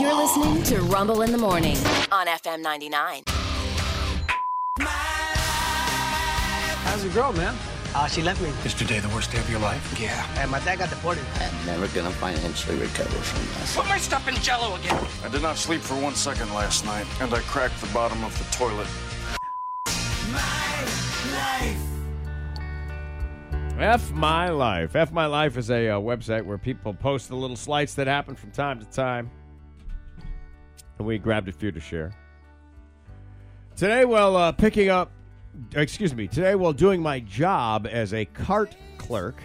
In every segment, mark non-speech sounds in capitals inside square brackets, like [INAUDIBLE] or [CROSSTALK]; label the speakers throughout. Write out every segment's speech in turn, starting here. Speaker 1: You're listening to Rumble in the Morning on FM 99.
Speaker 2: How's your girl, man? Uh, she left me.
Speaker 3: Is today the worst day of your life? Yeah.
Speaker 2: And my dad got deported.
Speaker 4: I'm never gonna financially recover from this.
Speaker 5: Put my stuff in jello again.
Speaker 6: I did not sleep for one second last night, and I cracked the bottom of the toilet.
Speaker 7: F My Life. F My Life is a uh, website where people post the little slights that happen from time to time. And we grabbed a few to share. Today, while uh, picking up, excuse me, today, while doing my job as a cart clerk,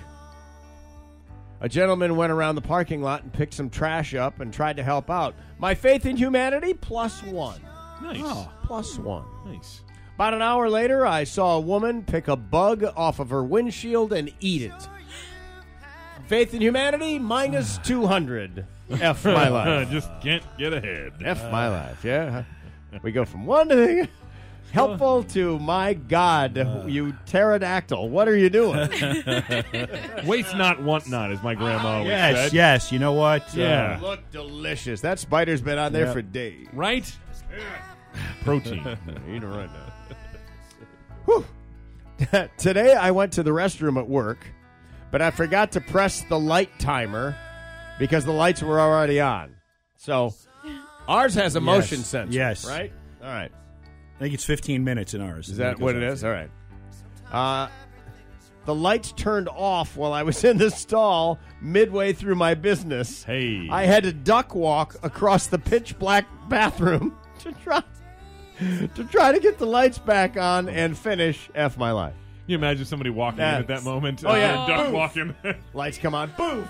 Speaker 7: a gentleman went around the parking lot and picked some trash up and tried to help out. My faith in humanity, plus one. Oh,
Speaker 8: Nice.
Speaker 7: Plus one.
Speaker 8: Nice.
Speaker 7: About an hour later, I saw a woman pick a bug off of her windshield and eat it. Faith in humanity, minus 200. F
Speaker 8: [LAUGHS]
Speaker 7: my life.
Speaker 8: Uh, Just can't get ahead.
Speaker 7: F
Speaker 9: Uh,
Speaker 7: my life, yeah. We go from one
Speaker 9: [LAUGHS]
Speaker 7: thing helpful to my God,
Speaker 9: Uh.
Speaker 7: you pterodactyl. What are you
Speaker 9: [LAUGHS]
Speaker 7: doing?
Speaker 8: Waste not, want not, as my grandma always
Speaker 9: Yes,
Speaker 8: said.
Speaker 9: yes. You know what? Uh,
Speaker 8: Yeah.
Speaker 7: Look delicious. That spider's been on there
Speaker 9: Yep.
Speaker 7: for days.
Speaker 8: Right?
Speaker 9: [LAUGHS]
Speaker 8: Protein.
Speaker 7: Eat her right now. Whew. [LAUGHS] Today I went to the restroom at work, but I forgot to press the light timer because the lights were already on. So ours has a motion sensor.
Speaker 9: yes.
Speaker 7: Right? All right.
Speaker 9: I think it's 15 minutes in ours.
Speaker 7: Is that what it is? All right. Uh, the lights turned off while I was in the stall midway through my business.
Speaker 8: Hey.
Speaker 7: I had to duck walk across the pitch black bathroom [LAUGHS] to try to try to get the lights back on and finish F my life.
Speaker 8: Can you imagine somebody walking in at
Speaker 7: That's-
Speaker 8: that moment?
Speaker 7: Oh, yeah.
Speaker 8: Uh, duck
Speaker 7: Boof.
Speaker 8: walking. [LAUGHS]
Speaker 7: Lights come on. Boom.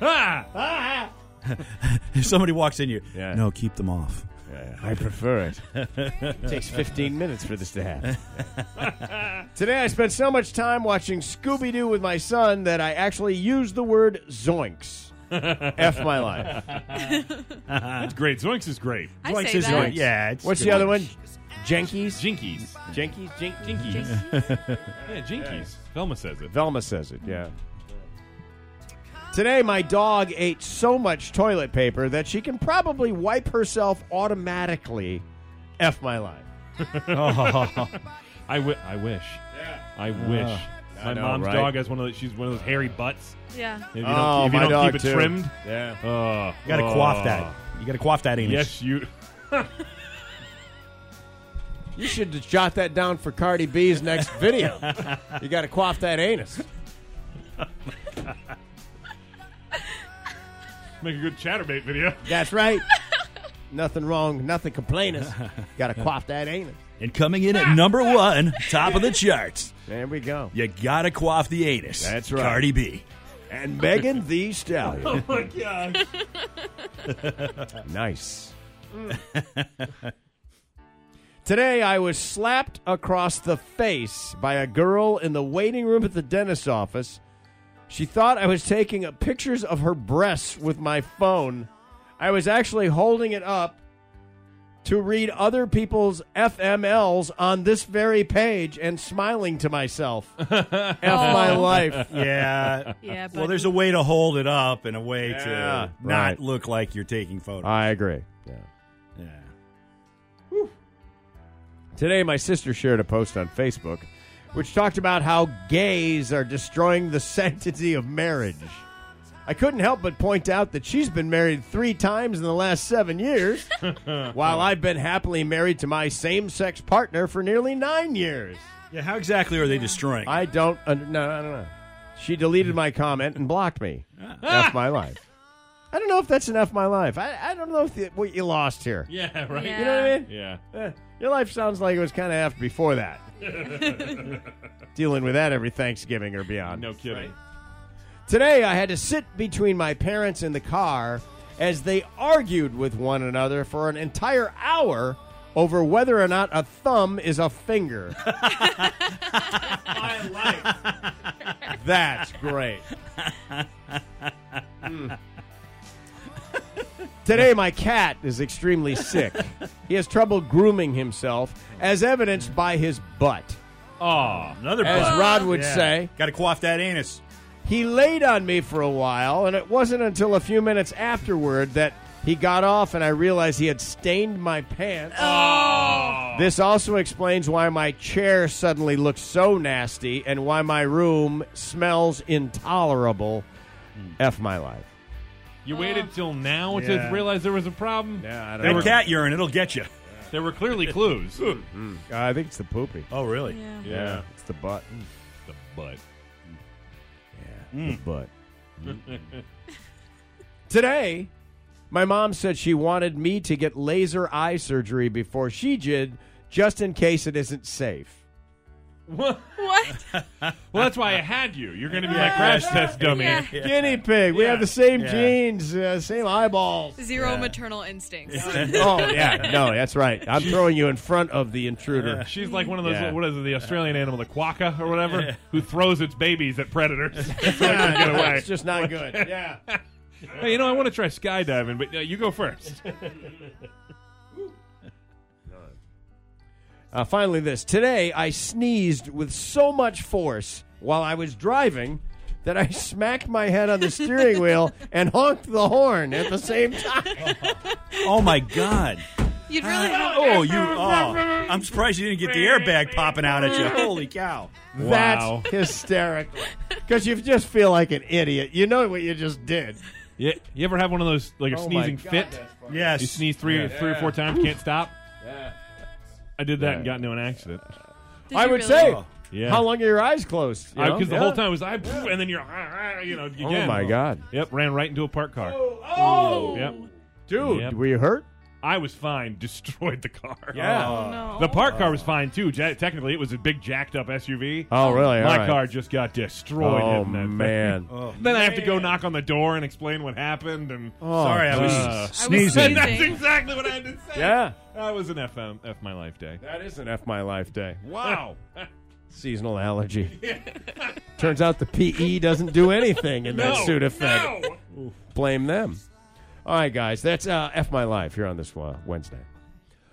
Speaker 8: ah!
Speaker 9: [LAUGHS] If somebody walks in, you
Speaker 7: Yeah.
Speaker 9: no, keep them off.
Speaker 7: I prefer it. it takes 15 minutes for this to happen. [LAUGHS] Today I spent so much time watching Scooby Doo with my son that I actually used the word zoinks. F my life.
Speaker 8: That's great. Zoinks is great.
Speaker 10: I
Speaker 9: Zoinks
Speaker 10: say
Speaker 9: is
Speaker 10: that.
Speaker 9: zoinks. Yeah. It's
Speaker 7: What's
Speaker 9: good.
Speaker 7: the other one? Jenkies?
Speaker 8: Jinkies.
Speaker 7: Jenkies? Jink- Jinkies.
Speaker 8: Yeah, jinkies. Velma says it.
Speaker 7: Velma says it, yeah. Today, my dog ate so much toilet paper that she can probably wipe herself automatically. F my life.
Speaker 8: I, wi- I wish. I wish. my
Speaker 7: Ah, I know,
Speaker 8: mom's
Speaker 7: right?
Speaker 8: dog has one of those. She's one of those hairy butts.
Speaker 10: Yeah.
Speaker 8: If you
Speaker 7: Oh,
Speaker 8: don't, if you
Speaker 7: my
Speaker 8: don't
Speaker 7: dog
Speaker 8: keep it
Speaker 7: too. Ah.
Speaker 8: trimmed,
Speaker 7: Yeah.
Speaker 8: uh,
Speaker 9: You gotta
Speaker 8: uh,
Speaker 9: quaff that. You gotta quaff that anus.
Speaker 8: Yes, you. [LAUGHS]
Speaker 7: You should jot that down for Cardi B's next video. you got to quaff that anus.
Speaker 8: Make a good chatterbait video.
Speaker 7: That's right. nothing wrong. Nothing complaining. Got to quaff that anus.
Speaker 9: And coming in at number one, top of the charts.
Speaker 7: There we go.
Speaker 9: You gotta quaff the anus.
Speaker 7: That's right.
Speaker 9: Cardi
Speaker 8: [LAUGHS]
Speaker 9: B.
Speaker 7: And Megan the Stallion.
Speaker 8: Oh, my God.
Speaker 7: [LAUGHS] nice. [LAUGHS] Today, I was slapped across the face by a girl in the waiting room at the dentist's office. She thought I was taking uh, pictures of her breasts with my phone. I was actually holding it up to read other people's FMLs on this very page and smiling to
Speaker 8: [LAUGHS]
Speaker 7: myself. F my
Speaker 8: Oh.
Speaker 7: life.
Speaker 9: Yeah.
Speaker 10: Yeah. But
Speaker 9: Well, there's a way to hold it up and a way to
Speaker 7: Yeah,
Speaker 9: not
Speaker 7: right.
Speaker 9: look like you're taking photos.
Speaker 8: Uh,
Speaker 7: I agree. Yeah.
Speaker 9: yeah.
Speaker 7: Today, my sister shared a post on Facebook which talked about how gays are destroying the [LAUGHS] sanctity of marriage. I couldn't help but point out that she's been married three times in the last seven years, while I've been happily married to my same sex partner for nearly nine years.
Speaker 9: Yeah. How exactly are they destroying? it?
Speaker 7: I don't, uh, no, I don't know. She deleted my comment and blocked me. F my life. I don't know if that's an F my life. I, I don't know if the, what you lost here.
Speaker 8: Yeah, right?
Speaker 10: Yeah.
Speaker 7: You know what I mean?
Speaker 8: Yeah.
Speaker 7: Eh, Your life sounds like it was kind of effed before that. Dealing with that every Thanksgiving or beyond.
Speaker 8: No kidding.
Speaker 7: Today, I had to sit between my parents in the car as they argued with one another for an entire hour over whether or not a thumb is a finger. That's great. Mm. Today, my cat is extremely sick. He has trouble grooming himself, as evidenced by his butt.
Speaker 8: Aw.
Speaker 9: Another
Speaker 7: As
Speaker 9: bug.
Speaker 7: Rod would say,
Speaker 9: Gotta quaff that anus.
Speaker 7: he laid on me for a while, and it wasn't until a few minutes afterward that He got off, and I realized he had stained my pants. This also explains why my chair suddenly looks so nasty and why my room smells intolerable. F my life.
Speaker 8: You waited till now
Speaker 7: Yeah.
Speaker 8: to realize there was a problem.
Speaker 7: Yeah, I don't know.
Speaker 8: there,
Speaker 9: That
Speaker 8: were,
Speaker 9: cat urine, it'll get you.
Speaker 8: there
Speaker 7: [LAUGHS]
Speaker 8: were clearly clues.
Speaker 7: Uh, I think it's the poopy.
Speaker 9: Oh, really?
Speaker 7: Yeah, it's the butt.
Speaker 8: The butt.
Speaker 7: Yeah, the butt. [LAUGHS] Today, my mom said she wanted me to get laser eye surgery before she did, just in case it isn't safe.
Speaker 8: What?
Speaker 5: [LAUGHS] What?
Speaker 8: Well, that's why I had you. You're going to be my crash test dummy.
Speaker 5: Yeah.
Speaker 7: Guinea pig. We
Speaker 9: Yeah.
Speaker 7: have the same
Speaker 9: Yeah.
Speaker 7: genes, uh, same eyeballs.
Speaker 5: Zero maternal instincts.
Speaker 7: [LAUGHS] oh yeah, no, that's right. I'm throwing you in front of the intruder.
Speaker 8: She's like one of those,
Speaker 7: Yeah.
Speaker 8: what is it, the Australian animal, the quokka or whatever, who throws its babies
Speaker 7: [LAUGHS]
Speaker 8: at predators. [LAUGHS] so they can get
Speaker 7: [LAUGHS]
Speaker 8: away.
Speaker 7: It's just not good. [LAUGHS] Yeah.
Speaker 8: Hey, you know, I want to try skydiving, but uh, you go first.
Speaker 7: Uh, finally, this today I sneezed with so much force while I was driving that I [LAUGHS] smacked my head on the steering wheel and honked the horn at the same time.
Speaker 9: [LAUGHS] Oh, my God. [LAUGHS]
Speaker 5: You'd really
Speaker 9: Oh, you. Oh, I'm surprised you didn't get the airbag popping out at you. Holy cow.
Speaker 8: Wow.
Speaker 7: That's [LAUGHS] hysterical. Because you just feel like an idiot. You know what you just did.
Speaker 8: You, you ever have one of those, like a
Speaker 7: Oh my
Speaker 8: sneezing
Speaker 7: God,
Speaker 8: fit?
Speaker 7: that's funny.
Speaker 9: Yes.
Speaker 8: You sneeze three, three or four times, can't stop?
Speaker 7: Yeah.
Speaker 8: I did that and got into an accident.
Speaker 5: Did
Speaker 7: I
Speaker 5: you
Speaker 7: would
Speaker 5: really?
Speaker 7: say,
Speaker 8: Yeah.
Speaker 7: how long are your eyes closed? You know?
Speaker 8: Because the
Speaker 7: Yeah. Oh
Speaker 8: whole time it was I, and then you're, [LAUGHS] ah, ah, you know, again.
Speaker 7: my God.
Speaker 8: Yep, ran right into a parked car.
Speaker 7: Oh,
Speaker 8: Yep,
Speaker 7: dude,
Speaker 8: Yep.
Speaker 7: were you hurt? Oh.
Speaker 8: I was fine. [LAUGHS] Destroyed the car.
Speaker 7: Yeah.
Speaker 5: No.
Speaker 8: The parked car was fine too. Ja- technically, it was a big jacked up SUV.
Speaker 7: Oh, really?
Speaker 8: my
Speaker 7: All right.
Speaker 8: car just got destroyed.
Speaker 7: Oh
Speaker 8: hitting that thing. [LAUGHS]
Speaker 7: man.
Speaker 8: Then I have to go knock on the door and explain what happened. And
Speaker 7: Oh,
Speaker 9: Sorry, I was
Speaker 8: uh,
Speaker 5: I was
Speaker 9: sneezing.
Speaker 8: [LAUGHS] that's exactly what I had to say.
Speaker 7: Yeah.
Speaker 8: that was an F, um, F my life day.
Speaker 7: That is an F my life day.
Speaker 8: Wow.
Speaker 7: [LAUGHS] Seasonal allergy. [LAUGHS] Turns out the PE doesn't do anything in that
Speaker 8: [LAUGHS] No,
Speaker 7: suit effect.
Speaker 8: no.
Speaker 7: Blame them. All right, guys, that's uh, F my life here on this uh, Wednesday.